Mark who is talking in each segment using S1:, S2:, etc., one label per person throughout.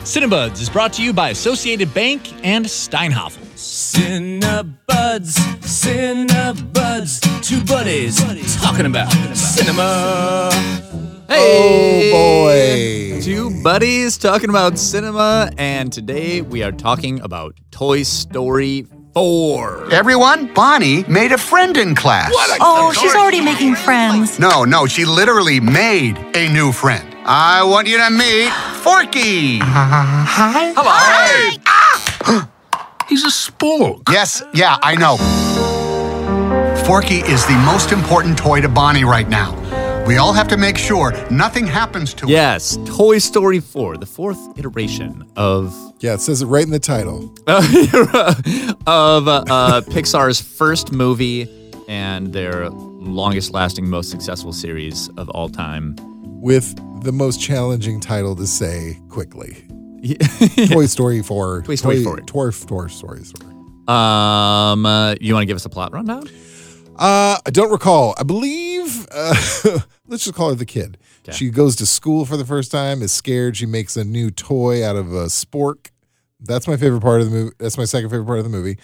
S1: Cinebuds is brought to you by Associated Bank and Steinhoffel.
S2: Cinebuds, Cinebuds, two buddies talking about cinema.
S3: Hey!
S1: Two buddies talking about cinema, and today we are talking about Toy Story 4.
S3: Everyone, Bonnie made a friend in class.
S4: Oh, she's already making friends.
S3: No, no, she literally made a new friend. I want you to meet Forky.
S5: Ah. He's a spork.
S3: Yes, yeah, I know. Forky is the most important toy to Bonnie right now. We all have to make sure nothing happens to it.
S1: Yes, Toy Story 4, the fourth iteration of
S6: Yeah, it says it right in the title.
S1: of uh, uh, Pixar's first movie and their longest lasting, most successful series of all time.
S6: With the most challenging title to say quickly. Toy Story 4.
S1: Toy Story 4.
S6: Toy, Toy Story 4.
S1: Um, uh, you want to give us a plot rundown?
S6: Uh, I don't recall. I believe, uh, let's just call her the kid. She goes to school for the first time, is scared. She makes a new toy out of a spork. That's my favorite part of the movie. That's my second favorite part of the movie.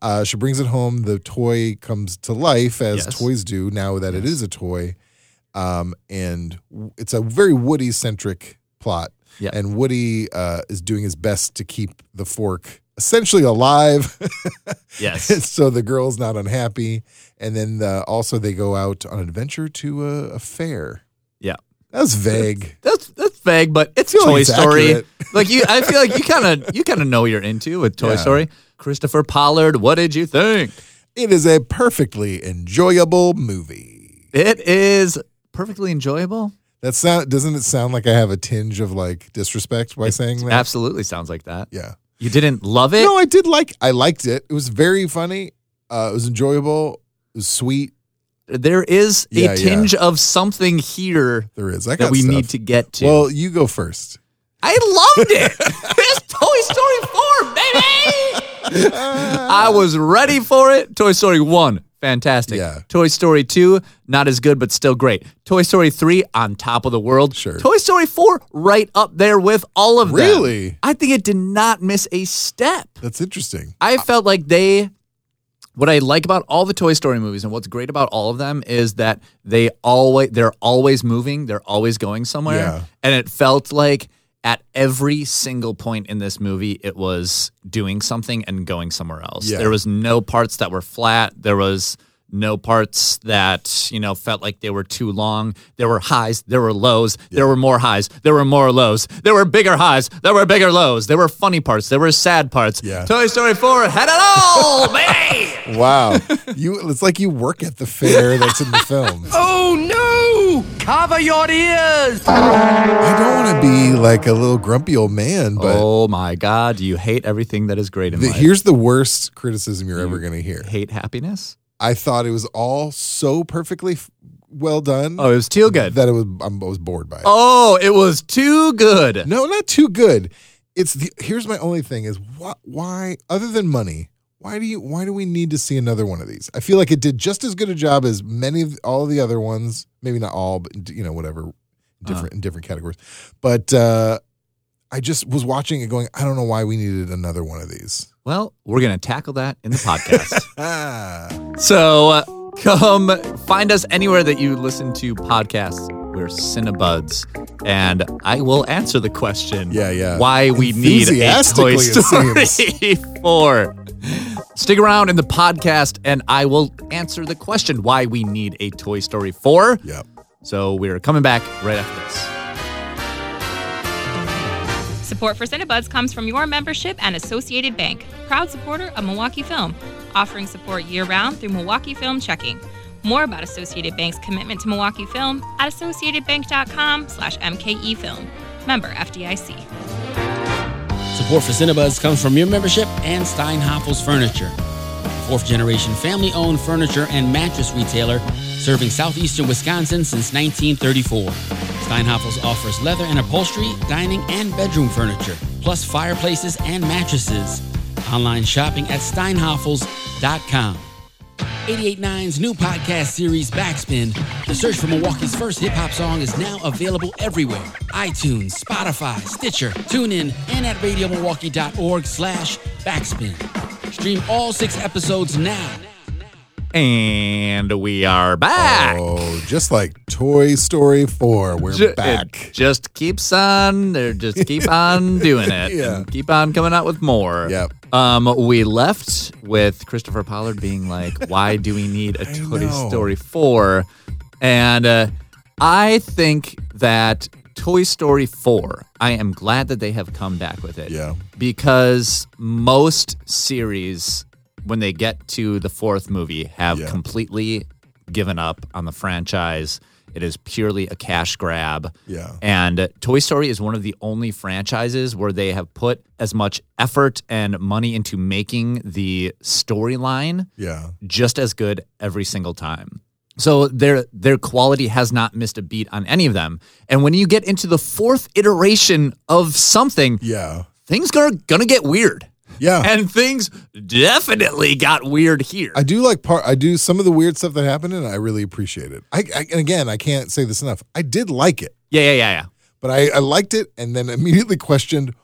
S6: Uh, she brings it home. The toy comes to life as
S1: Yes.
S6: toys do now that it is a toy. Um, and w- it's a very Woody centric plot.
S1: Yep.
S6: And Woody uh, is doing his best to keep the fork essentially alive.
S1: Yes.
S6: so the girl's not unhappy, and then uh also they go out on an adventure to a, a fair.
S1: Yeah.
S6: That's vague.
S1: That's that's vague, but it's
S6: feel like
S1: Toy
S6: it's
S1: Story.
S6: accurate.
S1: Like you, I feel like you kind of you kind of know you're into with Toy
S6: Yeah.
S1: Story. Christopher Pollard, what did you think?
S6: It is a perfectly enjoyable movie.
S1: It is perfectly enjoyable.
S6: That sound doesn't it sound like I have a tinge of like disrespect by saying that?
S1: Absolutely sounds like that.
S6: yeah.
S1: You didn't love it.
S6: no, I did like I liked it. It was very funny. Uh, it was enjoyable. It was sweet.
S1: there is a
S6: Yeah, yeah.
S1: tinge of something here
S6: There is. I got
S1: that we
S6: stuff.
S1: need to get to.
S6: Well, you go first.
S1: I loved it. it's Toy Story 4, baby. I was ready for it. Toy Story 1, fantastic.
S6: Yeah.
S1: Toy Story 2, not as good, but still great. Toy Story 3, on top of the world.
S6: Sure.
S1: Toy Story 4, right up there with all of them.
S6: Really?
S1: I think it did not miss a step.
S6: That's interesting.
S1: I felt like they. What I like about all the Toy Story movies and what's great about all of them is that they always they're always moving, they're always going somewhere.
S6: Yeah.
S1: And it felt like at every single point in this movie it was doing something and going somewhere else.
S6: Yeah.
S1: There was no parts that were flat. There was no parts that, you know, felt like they were too long. There were highs, there were lows, there were more highs, there were more lows. There were bigger highs, there were bigger lows. There were funny parts, there were sad parts.
S6: Yeah.
S1: Toy Story 4 had it all, baby!
S6: Wow. you it's like you work at the fair that's in the film.
S2: Oh no! Cover your ears!
S6: I don't want to be like a little grumpy old man, but
S1: oh my God, you hate everything that is great in
S6: the,
S1: life.
S6: here's the worst criticism you're ever going to hear.
S1: hate happiness?
S6: I thought it was all so perfectly f- well done
S1: Oh, it was too good.
S6: that it was I'm, I was bored by it.
S1: oh, it was too good.
S6: No, not too good. It's the here's my only thing is what why other than money why do you why do we need to see another one of these? I feel like it did just as good a job as many of all of the other ones, maybe not all, but you know
S1: Uh-huh.
S6: whatever, different in different categories. But uh, I just was watching it going, I don't know why we needed another one of these.
S1: Well, we're going to tackle that in the podcast.
S6: Ah,
S1: so uh, come find us anywhere that you listen to podcasts. We're Cinebuds. And I will answer the question
S6: Yeah, yeah.
S1: why we need a Toy
S6: Enthusiastically, it
S1: Story 4. Stick around in the podcast, and I will answer the question why we need a Toy Story 4.
S6: yep.
S1: So we're coming back right after this.
S7: Support for Cinebuds comes from your membership and Associated Bank, proud supporter of Milwaukee Film, offering support year round through Milwaukee Film checking. More about Associated Bank's commitment to Milwaukee Film at associatedbank.com/mkefilm. E Member FDIC.
S8: Support for Cinebuds comes from your membership and Steinhoffel's Furniture. Fourth generation family owned furniture and mattress retailer serving southeastern Wisconsin since 1934. Steinhoffel's offers leather and upholstery, dining, and bedroom furniture, plus fireplaces and mattresses. Online shopping at steinhoffels.com. 889's new podcast series, Backspin. The search for Milwaukee's first hip hop song is now available everywhere iTunes, Spotify, Stitcher, TuneIn, and and at radiomilwaukee.org slash backspin. Stream all six episodes now.
S1: And we are back.
S6: Oh, just like Toy Story 4, we're
S1: Ju- it
S6: back.
S1: just keeps on. They just keep on doing it.
S6: Yeah.
S1: and Keep on coming out with more.
S6: Yep.
S1: Um, we left with Christopher Pollard being like, "Why do we need a Toy
S6: know.
S1: Story 4?" And uh, I think that Toy Story 4. I am glad that they have come back with it.
S6: Yeah.
S1: Because most series, when they get to the fourth movie, have
S6: Yeah.
S1: completely given up on the franchise. It is purely a cash grab.
S6: Yeah.
S1: And Toy Story is one of the only franchises where they have put as much effort and money into making the storyline
S6: yeah.
S1: just as good every single time. So their their quality has not missed a beat on any of them. And when you get into the fourth iteration of something,
S6: Yeah.
S1: things are gonna get weird.
S6: Yeah.
S1: And things definitely got weird here.
S6: I do like part. I do some of the weird stuff that happened, and I really appreciate it. I, I and again, I can't say this enough. I did like it,
S1: yeah, yeah, yeah, yeah.
S6: but I, I liked it, and then immediately questioned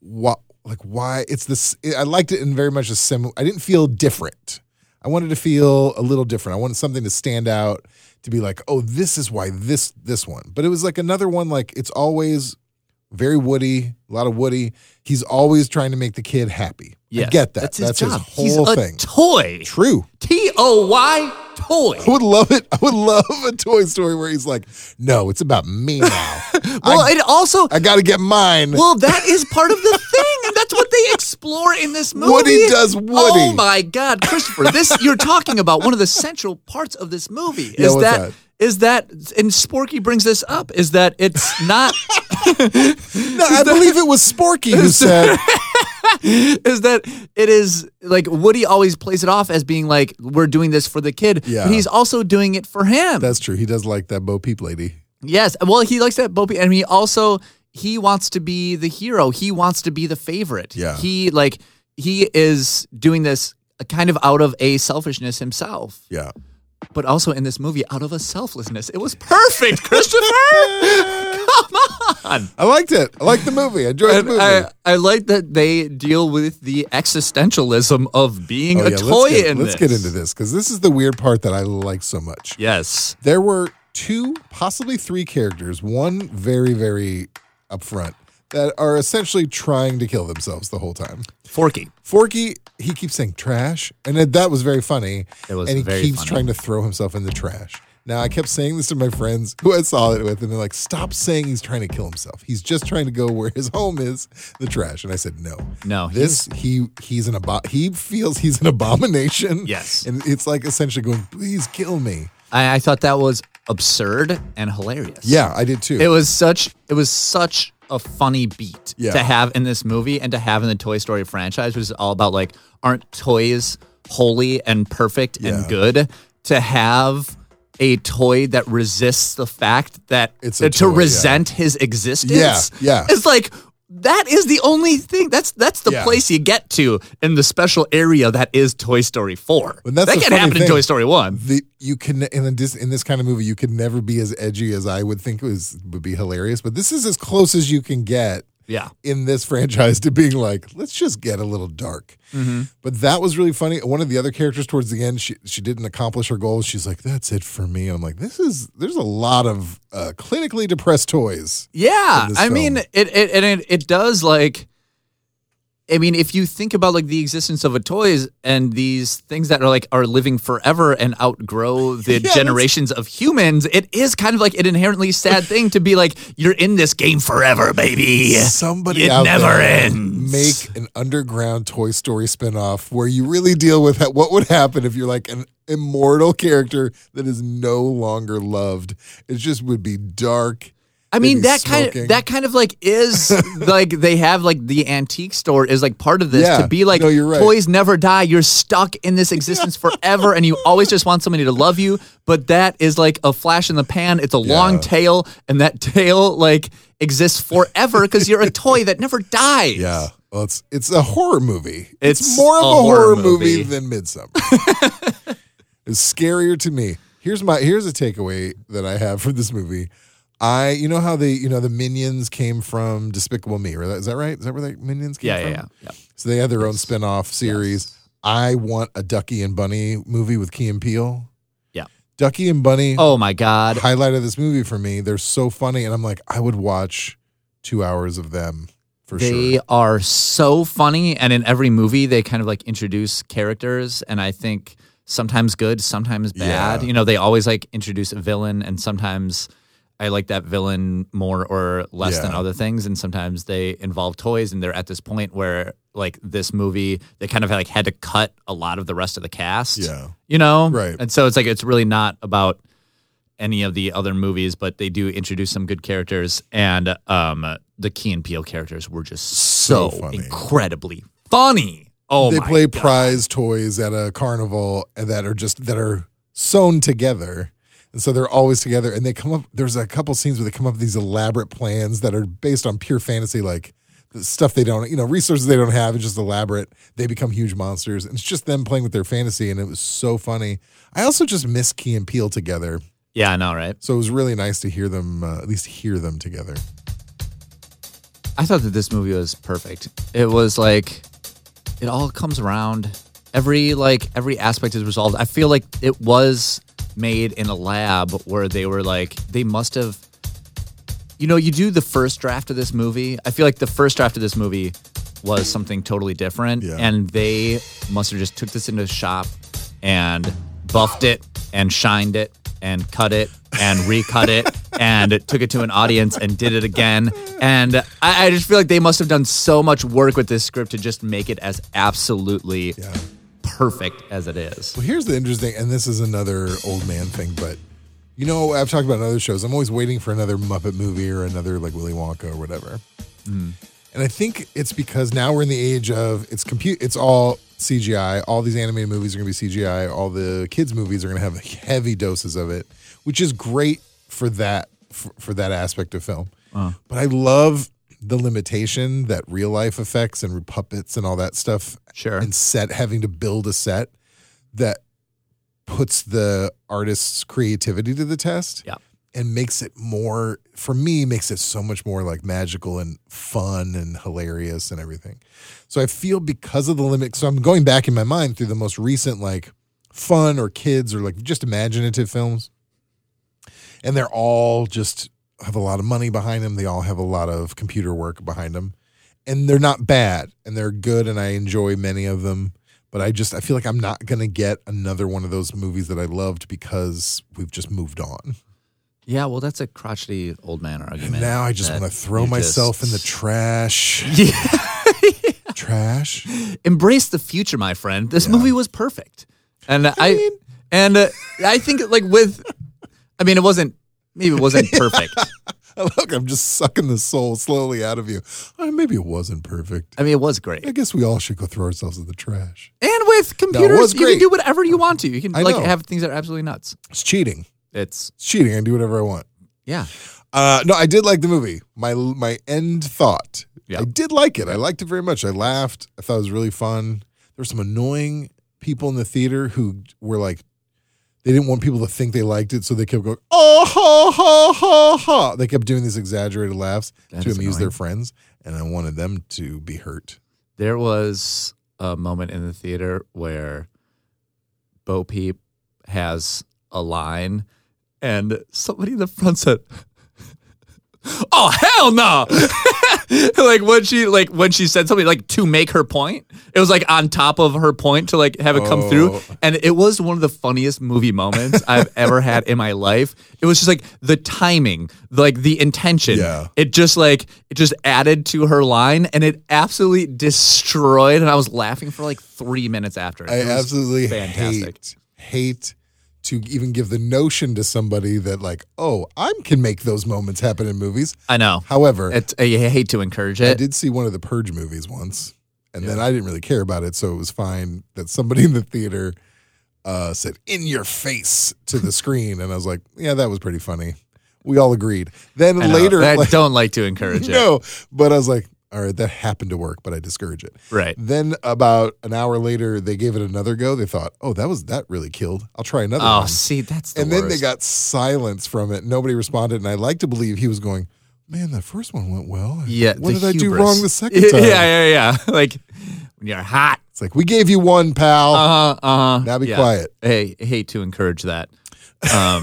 S6: what, like, why it's this. I liked it in very much a sim. I didn't feel different. I wanted to feel a little different. I wanted something to stand out to be like, oh, this is why this this one. But it was like another one. Like it's always very Woody, a lot of Woody. He's always trying to make the kid happy.
S1: Yes.
S6: I get that.
S1: That's
S6: That's
S1: his
S6: his,
S1: job.
S6: whole
S1: He's
S6: thing.
S1: A toy.
S6: True.
S1: T O Y toy.
S6: I would love it. I would love a Toy Story where he's like, "No, it's about me now.
S1: Well,
S6: I,
S1: it also
S6: I got to get mine."
S1: well that is part of the thing, and that's what they explore in this movie.
S6: Woody does Woody.
S1: Oh my God, Christopher! This you're talking about one of the central parts of this movie.
S6: Yeah,
S1: Is
S6: what's
S1: that
S6: that?
S1: is that and Sporky brings this up? Is that it's not?
S6: no, I believe it was Sporky who said,
S1: is that it is like Woody always plays it off as being like we're doing this for the kid,
S6: Yeah.
S1: but he's also doing it for him.
S6: "That's true. He does like that Bo Peep lady."
S1: Yes. Well, he likes that Bo Peep, and he also he wants to be the hero. He wants to be the favorite.
S6: Yeah.
S1: He like he is doing this kind of out of a selfishness himself,
S6: Yeah,
S1: but also in this movie out of a selflessness. It was perfect, Christopher. Come on.
S6: I liked it. I liked the movie. I enjoyed the
S1: And
S6: movie. Oh,
S1: I, I like that they deal with the existentialism of being
S6: Oh,
S1: a
S6: yeah,
S1: toy
S6: let's get,
S1: in
S6: let's
S1: this.
S6: get into this because this is the weird part that I like so much.
S1: Yes.
S6: there were two, possibly three characters, one very, very upfront, that are essentially trying to kill themselves the whole time.
S1: Forky.
S6: Forky, he keeps saying trash, and it, that was very funny.
S1: It was
S6: and he
S1: very
S6: keeps
S1: funny.
S6: trying to throw himself in the trash. Now I kept saying this to my friends who I saw it with, and they're like, "Stop saying he's trying to kill himself. He's just trying to go where his home is, the trash." And I said, "No,
S1: No,
S6: This he he's an abo- he feels he's an abomination.
S1: Yes.
S6: and it's like essentially going, please kill me.
S1: I, I thought that was absurd and hilarious.
S6: Yeah, I did too.
S1: It was such it was such a funny beat
S6: Yeah.
S1: to have in this movie and to have in the Toy Story franchise, which is all about like aren't toys holy and perfect and
S6: Yeah.
S1: good? To have a toy that resists the fact that
S6: It's a
S1: that to
S6: toy, yeah.
S1: resent his existence.
S6: Yeah, yeah.
S1: It's like that is the only thing. That's that's the
S6: Yeah.
S1: place you get to in the special area that is Toy Story Four.
S6: And that's
S1: that
S6: the
S1: can
S6: funny
S1: happen in
S6: thing.
S1: Toy Story One.
S6: the you can in this in this kind of movie you could never be as edgy as I would think was would be hilarious, but this is as close as you can get
S1: Yeah.
S6: in this franchise to being like, let's just get a little dark.
S1: Mm-hmm.
S6: But that was really funny. One of the other characters towards the end, she she didn't accomplish her goals. She's like, that's it for me. I'm like, this is there's a lot of uh, clinically depressed toys.
S1: Yeah,
S6: in this
S1: I
S6: film.
S1: mean, it, it and it, it does like. I mean, if you think about like the existence of a toys and these things that are like are living forever and outgrow the
S6: that's-
S1: generations of humans, it is kind of like an inherently sad thing to be like you're in this game forever, baby.
S6: Somebody
S1: it
S6: out
S1: never
S6: there
S1: ends.
S6: make an underground Toy Story spinoff where you really deal with ha- what would happen if you're like an immortal character that is no longer loved. It just would be dark.
S1: I mean
S6: Maybe
S1: that kind
S6: smoking.
S1: of that kind of like is like they have like the antique store is like part of this
S6: Yeah.
S1: to be like
S6: No, you're right.
S1: toys never die. You're stuck in this existence forever, and you always just want somebody to love you. But that is like a flash in the pan. It's a long
S6: Yeah.
S1: tail, and that tail like exists forever because you're a toy that never dies.
S6: Yeah. Well, it's it's a horror movie. It's,
S1: It's
S6: more of
S1: a
S6: a,
S1: horror
S6: horror, movie.
S1: movie.
S6: than Midsummer. it's scarier to me. Here's my here's a takeaway that I have from this movie. I, you know how the, you know, the minions came from Despicable Me, right? Is that right? Is that where the minions came
S1: Yeah,
S6: from?
S1: yeah, yeah, yeah.
S6: So they had their own spin off series. I want a Ducky and Bunny movie with Key and Peele.
S1: Yeah.
S6: Ducky and Bunny,
S1: Oh my God.
S6: highlight of this movie for me. They're so funny. And I'm like, I would watch two hours of them for
S1: they
S6: sure.
S1: are so funny and in every movie they kind of like introduce characters and i think sometimes good sometimes bad
S6: Yeah.
S1: you know they always like introduce a villain and sometimes i like that villain more or less than
S6: Yeah.
S1: other things and sometimes they involve toys and they're at this point where like this movie they kind of like had to cut a lot of the rest of the cast
S6: Yeah.
S1: you know
S6: Right.
S1: and so it's like it's really not about any of the other movies, but they do introduce some good characters, and um, the Key and Peele characters were just so,
S6: funny.
S1: incredibly funny. Oh,
S6: they
S1: my
S6: play
S1: God.
S6: prize toys at a carnival and that are just that are sewn together. And so they're always together and they come up there's a couple scenes where they come up with these elaborate plans that are based on pure fantasy like the stuff they don't you know resources they don't have it's just elaborate they become huge monsters and it's just them playing with their fantasy and it was so funny i also just miss key and peel together
S1: Yeah, I know, right?
S6: so it was really nice to hear them uh, at least hear them together
S1: I thought that this movie was perfect. It was like it all comes around. Every like every aspect is resolved. I feel like it was made in a lab where they were like they must have you know, you do the first draft of this movie. I feel like the first draft of this movie was something totally different
S6: Yeah.
S1: and they must have just took this into the shop and buffed it and shined it and cut it and recut it and took it to an audience and did it again. And I, I just feel like they must have done so much work with this script to just make it as absolutely perfect as it is.
S6: Well, here's the interesting, and this is another old man thing, but you know, I've talked about in other shows. I'm always waiting for another Muppet movie or another like Willy Wonka or whatever. And I think it's because now we're in the age of it's compute. It's all CGI. All these animated movies are going to be CGI. All the kids movies are going to have heavy doses of it, which is great for that for, for that aspect of film. But I love the limitation that real life effects and puppets and all that stuff
S1: Sure.
S6: and set having to build a set that puts the artist's creativity to the test
S1: Yeah.
S6: and makes it more for me makes it so much more like magical and fun and hilarious and everything so i feel because of the limit so i'm going back in my mind through the most recent like fun or kids or like just imaginative films and they're all just have a lot of money behind them they all have a lot of computer work behind them and they're not bad and they're good and I enjoy many of them. But I just I feel like I'm not gonna get another one of those movies that I loved because we've just moved on.
S1: Yeah, well, that's a crotchety old man argument.
S6: And now I just
S1: that
S6: want to throw
S1: you
S6: myself
S1: just-
S6: in the trash. trash.
S1: embrace the future, my friend. This movie was perfect, and I, and uh, I think like with, I mean, it wasn't maybe it wasn't perfect.
S6: Look, I'm just sucking the soul slowly out of you. Uh, maybe it wasn't perfect.
S1: I mean, it was great,
S6: I guess we all should go throw ourselves in the trash.
S1: and with
S6: was
S1: computers, you
S6: great.
S1: can do whatever you want to. You can
S6: I
S1: like
S6: know.
S1: have things that are absolutely nuts.
S6: It's cheating.
S1: It's
S6: It's cheating. I can do whatever I want.
S1: yeah,
S6: Uh, no, I did like the movie. My my end thought.
S1: Yeah.
S6: I did like it. I liked it very much. I laughed. I thought it was really fun. There were some annoying people in the theater who were like, they didn't want people to think they liked it, so they kept going, oh ha ha ha ha. They kept doing these exaggerated laughs
S1: That
S6: to
S1: is
S6: amuse
S1: annoying.
S6: their friends, and I wanted them to be hurt.
S1: there was a moment in the theater where Bo Peep has a line, and somebody in the front said, "Oh hell no!" like when she like when she said something like to make her point, it was like on top of her point to like have it come through,
S6: Oh.
S1: and it was one of the funniest movie moments I've ever had in my life. It was just like the timing, like the intention.
S6: Yeah.
S1: It just like it just added to her line, and it absolutely destroyed. And I was laughing for like three minutes after. It
S6: I
S1: was
S6: absolutely
S1: fantastic.
S6: hate hate to even give the notion to somebody that like, oh, I can make those moments happen in movies.
S1: I know.
S6: However,
S1: It's, I uh, hate to encourage it.
S6: I did see one of the Purge movies once, and then I didn't really care about it, so it was fine that somebody in the theater uh, said "in your face" to the screen, and I was like, "Yeah, that was pretty funny." We all agreed. Then
S1: I know.
S6: later,
S1: I
S6: like,
S1: don't like to encourage it.
S6: no, but I was like, or that happened to work, but I discourage it.
S1: Right.
S6: Then about an hour later, they gave it another go. They thought, oh, that was that really killed. I'll try another
S1: Oh,
S6: one."
S1: see, that's the
S6: and then they
S1: worst.
S6: got silence from it. Nobody responded, and I like to believe he was going, "Man, that first one went well.
S1: yeah.
S6: what
S1: the
S6: did I do
S1: hubris.
S6: wrong the second time?"
S1: Yeah, yeah, yeah. Like when you're hot.
S6: It's like we gave you one, pal.
S1: Uh huh. Uh huh.
S6: Now be quiet.
S1: Hey, hate to encourage that, um,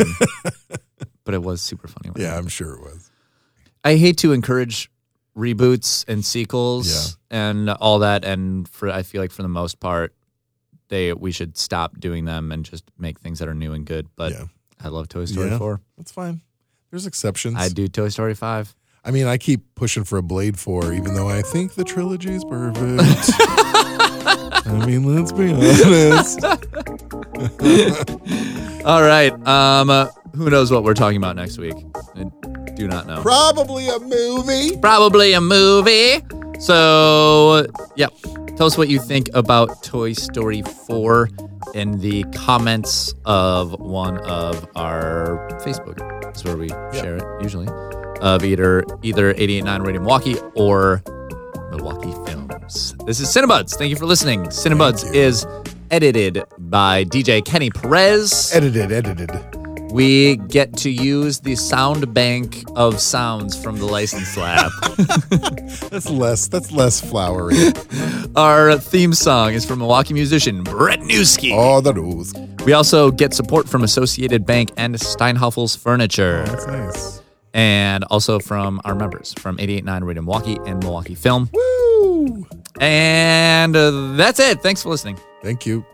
S1: but it was super funny. when it
S6: yeah, I'm sure it was.
S1: I hate to encourage reboots and sequels and all that. And for I feel like for the most part, they we should stop doing them and just make things that are new and good. But
S6: Yeah.
S1: I love Toy Story
S6: Yeah.
S1: four.
S6: That's fine. There's exceptions.
S1: I do Toy Story five.
S6: I mean, I keep pushing for a Blade 4, even though I think the trilogy is perfect. I mean, let's be honest.
S1: All right. Um, uh, who knows what we're talking about next week? I do not know.
S6: Probably a movie.
S1: Probably a movie. So yeah, tell us what you think about Toy Story four in the comments of one of our Facebook. That's where we share it usually. Of either either 889 Radio Milwaukee or Milwaukee Films. This is Cinebuds. Thank you for listening. Cinebuds is edited by DJ Kenny Perez.
S6: Edited, edited.
S1: We get to use the sound bank of sounds from the license lab.
S6: That's less. That's less flowery.
S1: Our theme song is from Milwaukee musician Brett Newski.
S6: All the rules.
S1: We also get support from Associated Bank and Steinhoffel's Furniture,
S6: That's nice.
S1: and also from our members from 889 Radio Milwaukee and Milwaukee Film.
S6: Woo!
S1: And uh, that's it. Thanks for listening.
S6: Thank you.